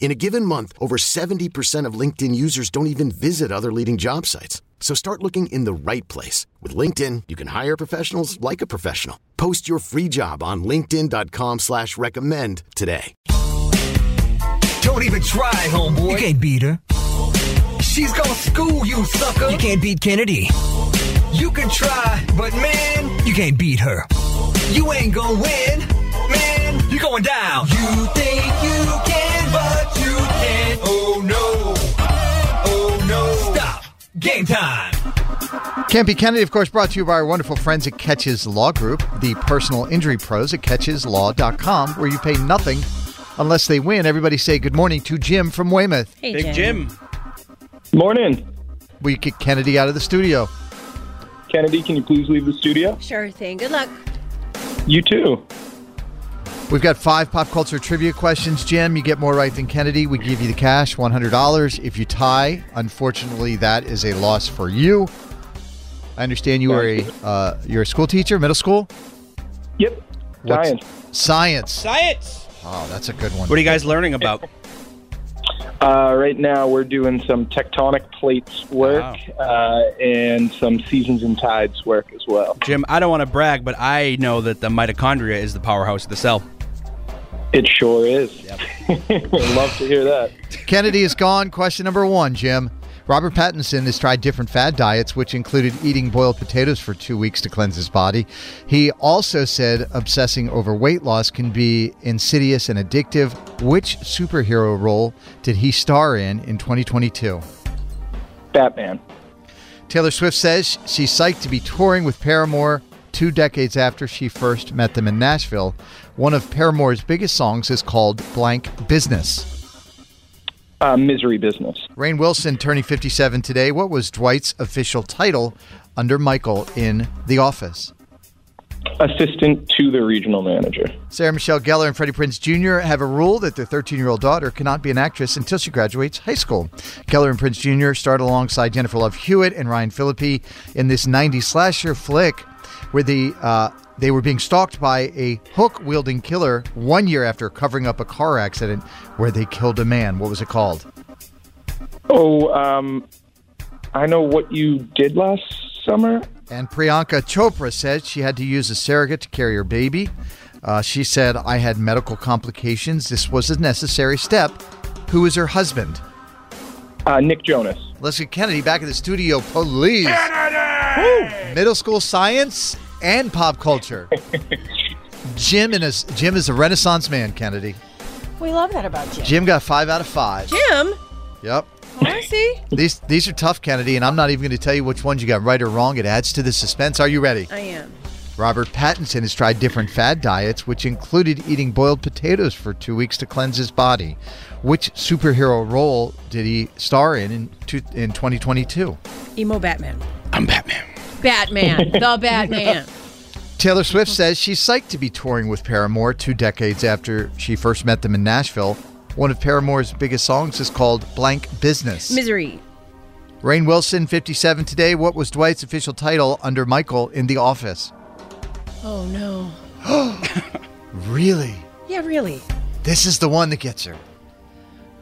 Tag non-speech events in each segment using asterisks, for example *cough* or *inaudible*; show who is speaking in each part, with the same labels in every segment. Speaker 1: In a given month, over 70% of LinkedIn users don't even visit other leading job sites. So start looking in the right place. With LinkedIn, you can hire professionals like a professional. Post your free job on linkedin.com slash recommend today.
Speaker 2: Don't even try, homeboy.
Speaker 3: You can't beat her.
Speaker 2: She's gonna school you, sucker.
Speaker 3: You can't beat Kennedy.
Speaker 2: You can try, but man,
Speaker 3: You can't beat her.
Speaker 2: you ain't gonna win. Man, you're going down. You think you can, but you can't. Oh no. Oh no. Stop. Game time.
Speaker 4: Campy Kennedy, of course, brought to you by our wonderful friends at Catches Law Group, the personal injury pros at catcheslaw.com, where you pay nothing unless they win. Everybody say good morning to Jim from Weymouth.
Speaker 5: Hey,
Speaker 6: Big
Speaker 5: Jim.
Speaker 6: Jim.
Speaker 7: Morning.
Speaker 4: We kick Kennedy out of the studio.
Speaker 7: Kennedy, can you please leave the studio?
Speaker 5: Sure thing. Good luck.
Speaker 7: You too.
Speaker 4: We've got five pop culture trivia questions, Jim. You get more right than Kennedy. We give you the cash, $100. If you tie, unfortunately, that is a loss for you. I understand you are a uh, you're a school teacher, middle school
Speaker 7: Yep.
Speaker 4: What's-
Speaker 7: Science.
Speaker 4: science.
Speaker 6: Science.
Speaker 4: Oh, that's a good one.
Speaker 6: What are you guys learning about?
Speaker 7: Uh, right now, we're doing some tectonic plates work uh, and some seasons and tides work as well.
Speaker 6: Jim, I don't want to brag, but I know that the mitochondria is the powerhouse of the cell.
Speaker 7: It sure is. *laughs* Love to hear that.
Speaker 4: Kennedy is gone. Question number one, Jim. Robert Pattinson has tried different fad diets, which included eating boiled potatoes for two weeks to cleanse his body. He also said obsessing over weight loss can be insidious and addictive. Which superhero role did he star in in 2022?
Speaker 7: Batman.
Speaker 4: Taylor Swift says she's psyched to be touring with Paramore two decades after she first met them in Nashville. One of Paramore's biggest songs is called Blank Business.
Speaker 7: Uh, misery business.
Speaker 4: Rain Wilson turning 57 today. What was Dwight's official title under Michael in The Office?
Speaker 7: Assistant to the regional manager.
Speaker 4: Sarah Michelle Gellar and Freddie Prince Jr. have a rule that their 13 year old daughter cannot be an actress until she graduates high school. Gellar and Prince Jr. starred alongside Jennifer Love Hewitt and Ryan Phillippe in this 90s slasher flick where the, uh, they were being stalked by a hook wielding killer one year after covering up a car accident where they killed a man. What was it called?
Speaker 7: Oh, um, I know what you did last summer.
Speaker 4: And Priyanka Chopra said she had to use a surrogate to carry her baby. Uh, she said, I had medical complications. This was a necessary step. Who is her husband?
Speaker 7: Uh, Nick Jonas.
Speaker 4: Let's get Kennedy back in the studio, please. Woo! Middle school science and pop culture. Jim, and his, Jim is a renaissance man, Kennedy.
Speaker 5: We love that about Jim.
Speaker 4: Jim got five out of five.
Speaker 5: Jim?
Speaker 4: Yep.
Speaker 5: *laughs* Morrissey?
Speaker 4: These, these are tough, Kennedy, and I'm not even going to tell you which ones you got right or wrong. It adds to the suspense. Are you ready?
Speaker 5: I am.
Speaker 4: Robert Pattinson has tried different fad diets, which included eating boiled potatoes for two weeks to cleanse his body. Which superhero role did he star in in, two, in 2022?
Speaker 5: Emo Batman.
Speaker 6: I'm Batman.
Speaker 5: Batman. the Batman.
Speaker 4: Taylor Swift says she's psyched to be touring with Paramore two decades after she first met them in Nashville. One of Paramore's biggest songs is called Blank Business.
Speaker 5: Misery.
Speaker 4: Rain Wilson, 57 today. What was Dwight's official title under Michael in The Office?
Speaker 5: Oh no.
Speaker 4: Really?
Speaker 5: Yeah, really.
Speaker 4: This is the one that gets her.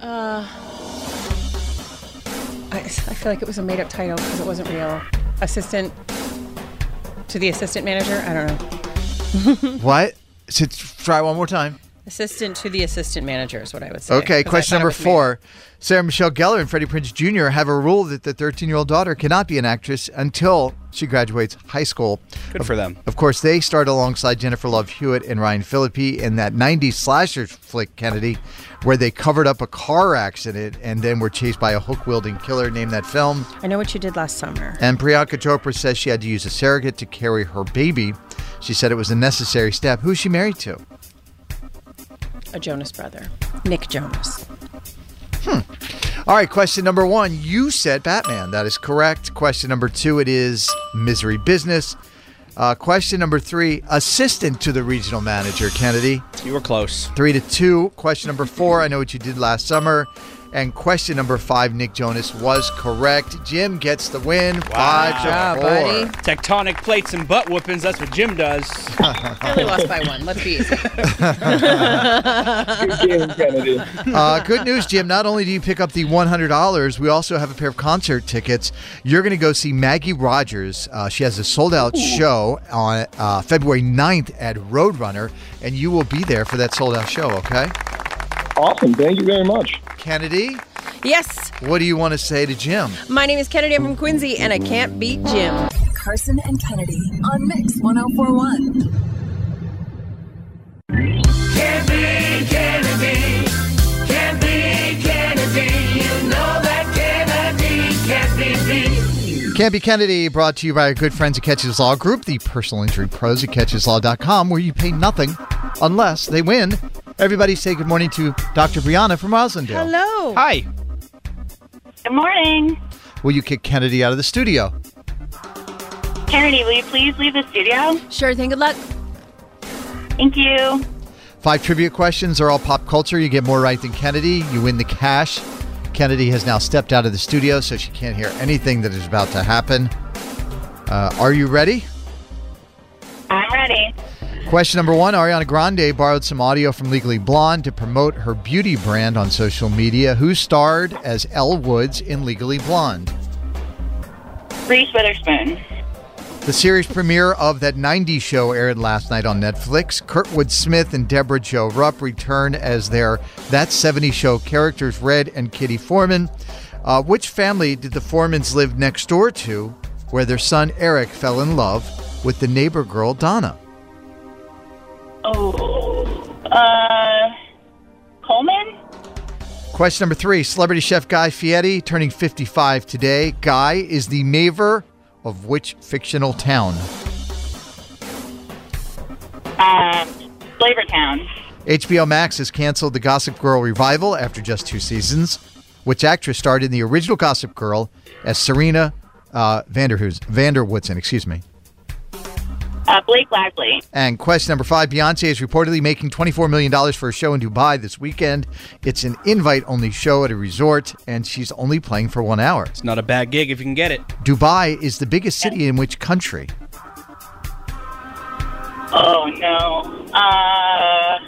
Speaker 5: I, *laughs* I feel like it was a made up title because it wasn't real. Assistant to the assistant manager? I don't know.
Speaker 4: What? So, try one more time.
Speaker 5: Assistant to the assistant manager is what I would say.
Speaker 4: Okay,
Speaker 5: 'cause I
Speaker 4: question
Speaker 5: thought it
Speaker 4: number
Speaker 5: was me.
Speaker 4: four. Sarah Michelle Gellar and Freddie Prince Jr. have a rule that the 13 year old daughter cannot be an actress until she graduates high school.
Speaker 6: Good for them.
Speaker 4: Of course, they starred alongside Jennifer Love Hewitt and Ryan Phillippe in that 90s slasher flick, Kennedy, where they covered up a car accident and then were chased by a hook wielding killer. Name that film.
Speaker 5: I know what you did last summer.
Speaker 4: And Priyanka Chopra says she had to use a surrogate to carry her baby. She said it was a necessary step. Who's she married to?
Speaker 5: A Jonas brother, Nick Jonas.
Speaker 4: All right, question number one. You said Batman. That is correct. Question number two, it is Misery Business. Uh, question number three, assistant to the regional manager, Kennedy.
Speaker 6: You were close.
Speaker 4: Three to two. Question number four, I know what you did last summer. And question number five, Nick Jonas was correct. Jim gets the win. Five to
Speaker 5: Wow,
Speaker 4: four.
Speaker 5: buddy.
Speaker 6: Tectonic plates and butt whoopings. That's what Jim does.
Speaker 5: I only lost by one. Let's be easy.
Speaker 7: Good game, Kennedy.
Speaker 4: Uh, good news, Jim. Not only do you pick up the $100, we also have a pair of concert tickets. You're going to go see Maggie Rogers. Uh, she has a sold out show on uh, February 9th at Roadrunner, and you will be there for that sold out show, okay?
Speaker 7: Awesome. Thank you very much.
Speaker 4: Kennedy,
Speaker 5: *laughs* yes,
Speaker 4: what do you want to say to Jim?
Speaker 5: my name is Kennedy. I'm from Quincy, and I can't beat Jim.
Speaker 8: Carson and Kennedy on Mix 1041.
Speaker 4: Can't be Kennedy, brought to you by our good friends at Catches Law Group, the personal injury pros at CatchesLaw.com, where you pay nothing unless they win. Everybody say good morning to Dr. Brianna from Roslindale.
Speaker 5: Hello.
Speaker 6: *laughs* Hi.
Speaker 9: Good morning.
Speaker 4: Will you kick Kennedy out of the studio?
Speaker 9: Kennedy, will you please leave the studio?
Speaker 5: Sure thing. Good luck.
Speaker 9: Thank you.
Speaker 4: Five trivia questions are all pop culture. You get more right than Kennedy. You win the cash. Kennedy has now stepped out of the studio, so she can't hear anything that is about to happen. Uh, are you ready?
Speaker 9: I'm ready.
Speaker 4: Question number one Ariana Grande borrowed some audio from Legally Blonde to promote her beauty brand on social media. Who starred as Elle Woods in Legally Blonde?
Speaker 9: Reese Witherspoon.
Speaker 4: The series premiere of that 90s show aired last night on Netflix. Kurtwood Smith and Deborah Jo Rupp return as their That 70s Show characters, Red and Kitty Foreman. Uh, which family did the Foremans live next door to where their son Eric fell in love with the neighbor girl Donna?
Speaker 9: Oh, uh, Coleman?
Speaker 4: Question number three Celebrity chef Guy Fieri turning 55 today. Guy is the mayor of which fictional town?
Speaker 9: Um, Flavortown.
Speaker 4: HBO Max has canceled the Gossip Girl revival after just two seasons. Which actress starred in the original Gossip Girl as Serena uh, Vanderhoos, Vanderwoodson, excuse me.
Speaker 9: Uh, Blake Lively.
Speaker 4: And question number five Beyonce is reportedly making $24 million for a show in Dubai this weekend. It's an invite only show at a resort, and she's only playing for one hour.
Speaker 6: It's not a bad gig if you can get it.
Speaker 4: Dubai is the biggest city in which country?
Speaker 9: Oh, no. Uh,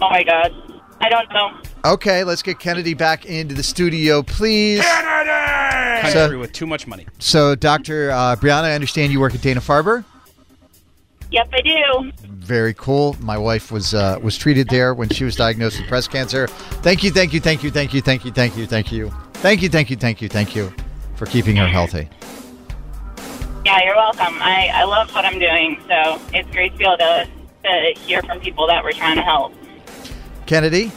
Speaker 9: oh, my God. I don't know.
Speaker 4: Okay, let's get Kennedy back into the studio, please.
Speaker 6: Country with too much money.
Speaker 4: So, Dr. Uh, Brianna, I understand you work at Dana Farber.
Speaker 9: Yep, I do.
Speaker 4: Very cool. My wife was uh, was treated there when she was diagnosed with breast cancer. Thank you, thank you, thank you, thank you, thank you, thank you, thank you, thank you, thank you, thank you, thank you, for keeping her healthy.
Speaker 9: Yeah, you're welcome. I, I love what I'm doing, so it's great to be able to, to hear from people that we're trying to help.
Speaker 4: Kennedy,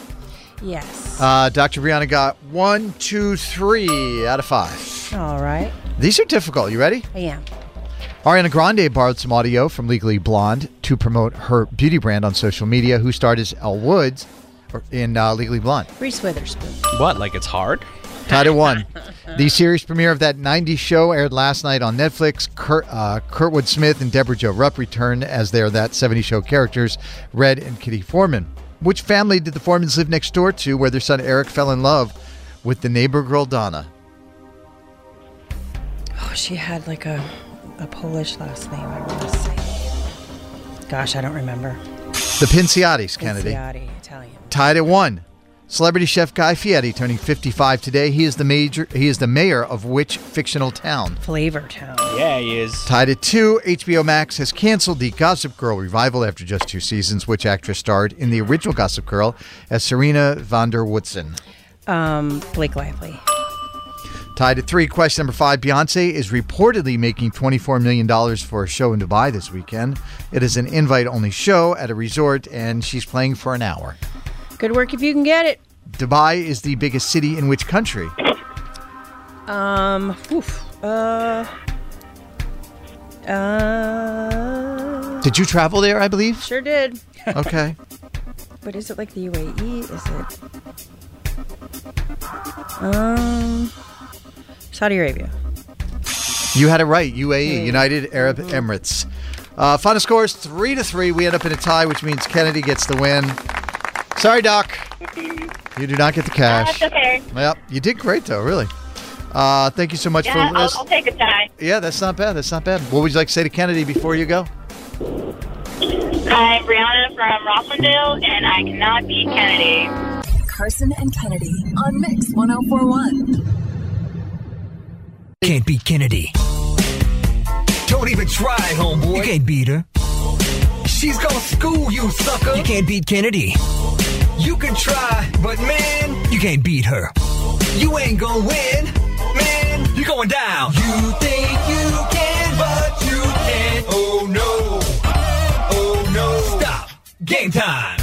Speaker 5: Yes.
Speaker 4: uh, Dr. Brianna got one, two, three out of five.
Speaker 5: All right.
Speaker 4: These are difficult. You ready?
Speaker 5: I am.
Speaker 4: Ariana Grande borrowed some audio from Legally Blonde to promote her beauty brand on social media. Who starred as Elle Woods or- in uh, Legally Blonde?
Speaker 5: Reese Witherspoon.
Speaker 6: What? Like it's hard?
Speaker 4: Tied at one. The series premiere of that 90s show aired last night on Netflix. Kurt, uh, Kurtwood Smith and Deborah Jo Rupp return as their That 70s Show characters, Red and Kitty Foreman. Which family did the Foremans live next door to where their son Eric fell in love with the neighbor girl Donna?
Speaker 5: Oh, she had like a, a Polish last name, I want to say. Gosh, I don't remember.
Speaker 4: The Pinciotis, Kennedy.
Speaker 5: Pizziotti, Italian.
Speaker 4: Tied at one. Celebrity chef Guy Fieri turning 55 today. He is the major. He is the mayor of which fictional town?
Speaker 5: Flavor Town.
Speaker 6: Yeah, he is.
Speaker 4: Tied at two, HBO Max has canceled the Gossip Girl revival after just two seasons. Which actress starred in the original Gossip Girl as Serena van der Woodson?
Speaker 5: Um, Blake Lively.
Speaker 4: Tied at three, question number five Beyonce is reportedly making $24 million for a show in Dubai this weekend. It is an invite only show at a resort, and she's playing for an hour.
Speaker 5: Good work if you can get it.
Speaker 4: Dubai is the biggest city in which country?
Speaker 5: Um, oof, uh, uh,
Speaker 4: Did you travel there, I believe?
Speaker 5: sure did.
Speaker 4: Okay.
Speaker 5: But is it like the UAE? Is it? Um, Saudi Arabia.
Speaker 4: You had it right. UAE, United Arab Emirates. Uh, final score is three to three. We end up in a tie, which means Kennedy gets the win. Sorry, Doc. You do not get the cash.
Speaker 9: That's okay.
Speaker 4: Yep, you did great though. Really. Uh, thank you so much
Speaker 9: Yeah,
Speaker 4: for
Speaker 9: I'll,
Speaker 4: this.
Speaker 9: I'll take a tie.
Speaker 4: Yeah, that's not bad. That's not bad. What would you like to say to Kennedy before you go?
Speaker 9: I'm Brianna from Roslindale, and I cannot beat Kennedy.
Speaker 8: Carson and Kennedy on Mix 1041.
Speaker 3: Can't beat Kennedy.
Speaker 2: Don't even try,
Speaker 3: You
Speaker 2: homeboy.
Speaker 3: can't beat her.
Speaker 2: She's gonna school you, sucker.
Speaker 3: You can't beat Kennedy.
Speaker 2: You can try, but man,
Speaker 3: You can't beat her.
Speaker 2: you ain't gonna win. Man, you're going down. You think you can, but you can't. Oh no. Oh no. Stop. Game time.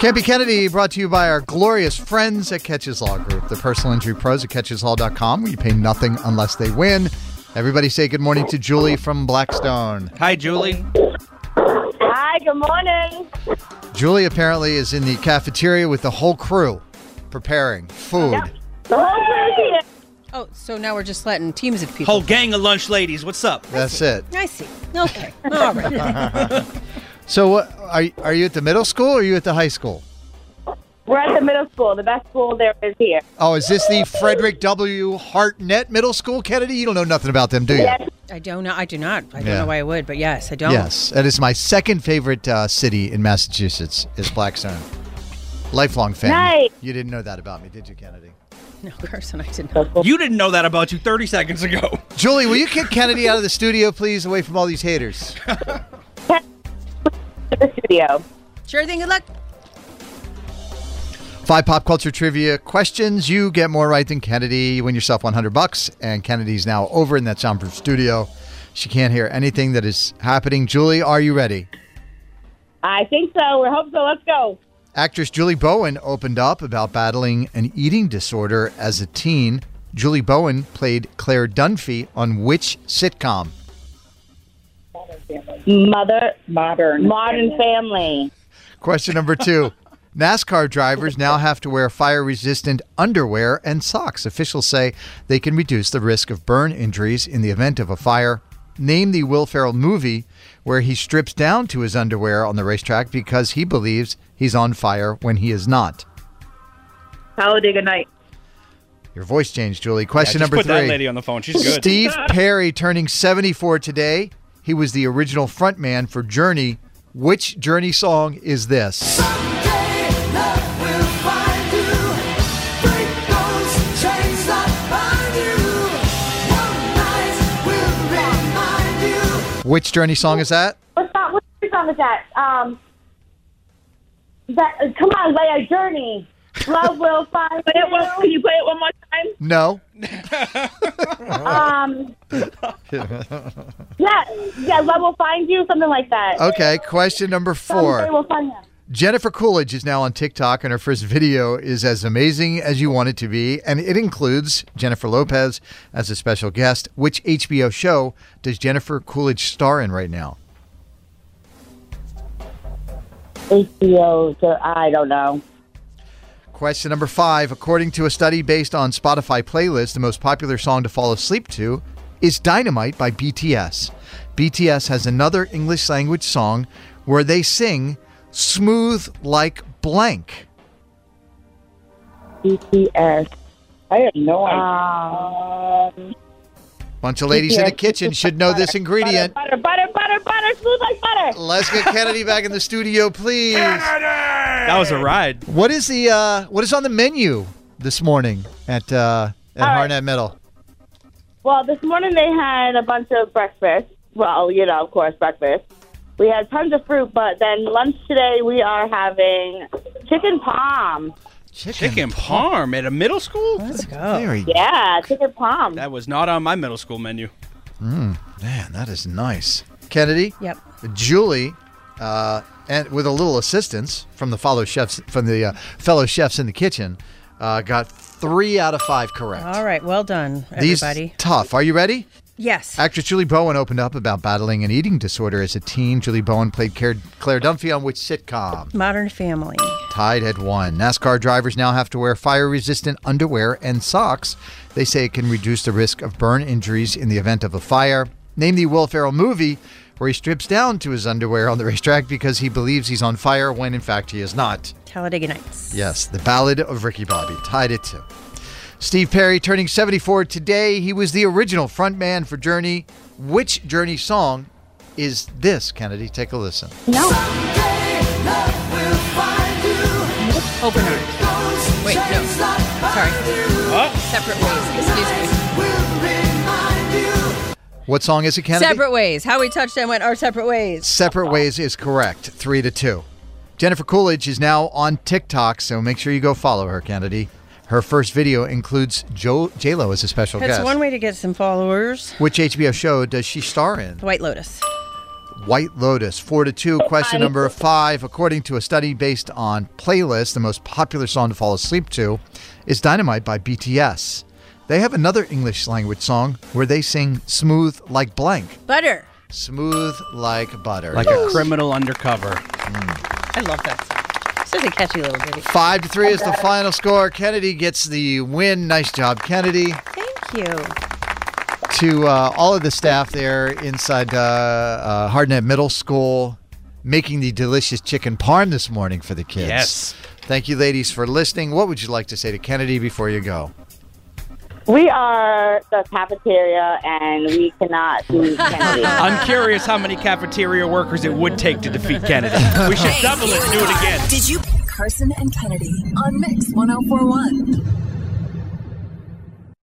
Speaker 4: Campy Kennedy brought to you by our glorious friends at Catches Law Group, the personal injury pros at catcheslaw.com, where you pay nothing unless they win. Everybody say good morning to Julie from Blackstone.
Speaker 6: Hi, Julie.
Speaker 9: Hi, good morning.
Speaker 4: Julie apparently is in the cafeteria with the whole crew preparing food.
Speaker 5: Oh, so now we're just letting teams of people.
Speaker 6: Whole gang of lunch ladies. What's up?
Speaker 4: That's it.
Speaker 5: I see. Okay. All
Speaker 4: *laughs*
Speaker 5: right.
Speaker 4: So what are you, are you at the middle school or are you at the high school?
Speaker 9: We're at the middle school, the best school there is here.
Speaker 4: Oh, is this the Frederick W. Hartnett Middle School, Kennedy? You don't know nothing about them, do you?
Speaker 5: I don't know. I do not. I don't
Speaker 4: Yeah.
Speaker 5: know why I would, but yes, I don't.
Speaker 4: Yes, that is my second favorite uh, city in Massachusetts is Blackstone. Lifelong fan.
Speaker 9: Nice.
Speaker 4: You didn't know that about me, did you, Kennedy?
Speaker 5: No, Carson, I did not.
Speaker 6: You didn't know that about you 30 seconds ago.
Speaker 4: Julie, will you kick Kennedy out of the studio, please, away from all these haters?
Speaker 9: At the studio.
Speaker 5: Sure thing. Good luck.
Speaker 4: Five pop culture trivia questions. You get more right than Kennedy. You win yourself 100 bucks, and Kennedy's now over in that soundproof studio. She can't hear anything that is happening. Julie, are you ready?
Speaker 9: I think so. We hope so. Let's go.
Speaker 4: Actress Julie Bowen opened up about battling an eating disorder as a teen. Julie Bowen played Claire Dunphy on which sitcom?
Speaker 9: Mother Modern Modern Family.
Speaker 4: Question number two. *laughs* NASCAR drivers now have to wear fire resistant underwear and socks. Officials say they can reduce the risk of burn injuries in the event of a fire. Name the Will Ferrell movie where he strips down to his underwear on the racetrack because he believes he's on fire when he is not.
Speaker 9: Talladega Night.
Speaker 4: Your voice changed, Julie.
Speaker 6: I
Speaker 4: Question
Speaker 6: just
Speaker 4: number
Speaker 6: put
Speaker 4: three.
Speaker 6: that lady on the phone. She's good.
Speaker 4: Steve
Speaker 6: *laughs*
Speaker 4: Perry turning 74 today. He was the original frontman for Journey. Which Journey song is this? Which Journey song is that?
Speaker 9: What's that? What song is that? Um, that uh, come on, Leia Journey. Love will find you. can you play it one more time?
Speaker 4: No. *laughs*
Speaker 9: Um, yeah, yeah. Love will find you. Something like that.
Speaker 4: Okay, question number Oh,
Speaker 9: Someday
Speaker 4: four.
Speaker 9: will find you.
Speaker 4: Jennifer Coolidge is now on TikTok, and her first video is as amazing as you want it to be, and it includes Jennifer Lopez as a special guest. Which HBO show does Jennifer Coolidge star in right now?
Speaker 9: HBO. so I don't know.
Speaker 4: Question number five. According to a study based on Spotify playlists, the most popular song to fall asleep to is Dynamite by BTS. BTS has another English language song where they sing smooth like blank.
Speaker 9: BTS. I have no idea. Um,
Speaker 4: Bunch of ladies in the kitchen should know this ingredient.
Speaker 9: Butter, butter, butter, butter, butter, smooth like butter.
Speaker 4: Let's get Kennedy back in the studio, please.
Speaker 6: That was a ride.
Speaker 4: What is the uh, what is on the menu this morning at uh, at
Speaker 9: All right.
Speaker 4: Harnett Middle?
Speaker 9: Well, this morning they had a bunch of breakfast. Well, you know, of course, breakfast. We had tons of fruit, but then lunch today we are having chicken palm.
Speaker 6: Chicken parm at a middle school?
Speaker 5: Let's go.
Speaker 4: Very
Speaker 9: Yeah, chicken palm.
Speaker 6: That was not on my middle school menu.
Speaker 4: man, that is nice. Kennedy,
Speaker 5: Yep.
Speaker 4: Julie, uh, and with a little assistance from the fellow chefs from the uh, fellow chefs in the kitchen, uh, got three out of five correct.
Speaker 5: All right. Well done,
Speaker 4: These
Speaker 5: everybody.
Speaker 4: tough. Are you ready?
Speaker 5: yes.
Speaker 4: Actress Julie Bowen opened up about battling an eating disorder as a teen. Julie Bowen played Claire, Claire Dunphy on which sitcom?
Speaker 5: Modern Family.
Speaker 4: Tide had won. NASCAR drivers now have to wear fire resistant underwear and socks. They say it can reduce the risk of burn injuries in the event of a fire. Name the Will Ferrell movie where he strips down to his underwear on the racetrack because he believes he's on fire when in fact he is not.
Speaker 5: Talladega Nights.
Speaker 4: Yes, the Ballad of Ricky Bobby tied it to. Steve Perry turning 74 today. He was the original frontman for Journey. Which Journey song is this, Kennedy? Take a listen.
Speaker 10: Open arms. Wait, no. Sorry. Separate ways. Excuse me.
Speaker 4: What song is it, Kennedy?
Speaker 10: Separate ways. How we touched and went our separate ways.
Speaker 4: Separate Ways is correct. Three to two. Jennifer Coolidge is now on TikTok, so make sure you go follow her, Kennedy. Her first video includes jo- J-Lo as a special
Speaker 5: That's
Speaker 4: guest.
Speaker 5: one way to get some followers.
Speaker 4: Which HBO show does she star in?
Speaker 5: The White Lotus.
Speaker 4: White Lotus, four to two. Question number five. According to a study based on playlists, the most popular song to fall asleep to is Dynamite by BTS. They have another English language song where they sing smooth like blank.
Speaker 10: Butter.
Speaker 4: Smooth like butter.
Speaker 6: Like a
Speaker 4: yes.
Speaker 6: criminal undercover.
Speaker 5: I love that song. This is a catchy little ditty.
Speaker 4: Five to three is the final score. Kennedy gets the win. Nice job, Kennedy.
Speaker 5: Thank you.
Speaker 4: To uh, all of the staff there inside uh, uh, Hardnet Middle School, making the delicious chicken parm this morning for the kids.
Speaker 6: Yes.
Speaker 4: Thank you, ladies, for listening. What would you like to say to Kennedy before you go?
Speaker 9: We are the cafeteria, and we cannot beat Kennedy.
Speaker 6: I'm curious how many cafeteria workers it would take to defeat Kennedy. We should double it and do it again.
Speaker 8: Did you Carson and Kennedy on Mix 1041?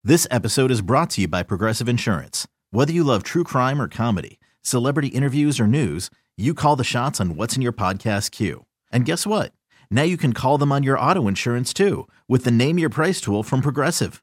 Speaker 11: This episode is brought to you by Progressive Insurance. Whether you love true crime or comedy, celebrity interviews or news, you call the shots on what's in your podcast queue. And guess what? Now you can call them on your auto insurance too with the Name Your Price tool from Progressive.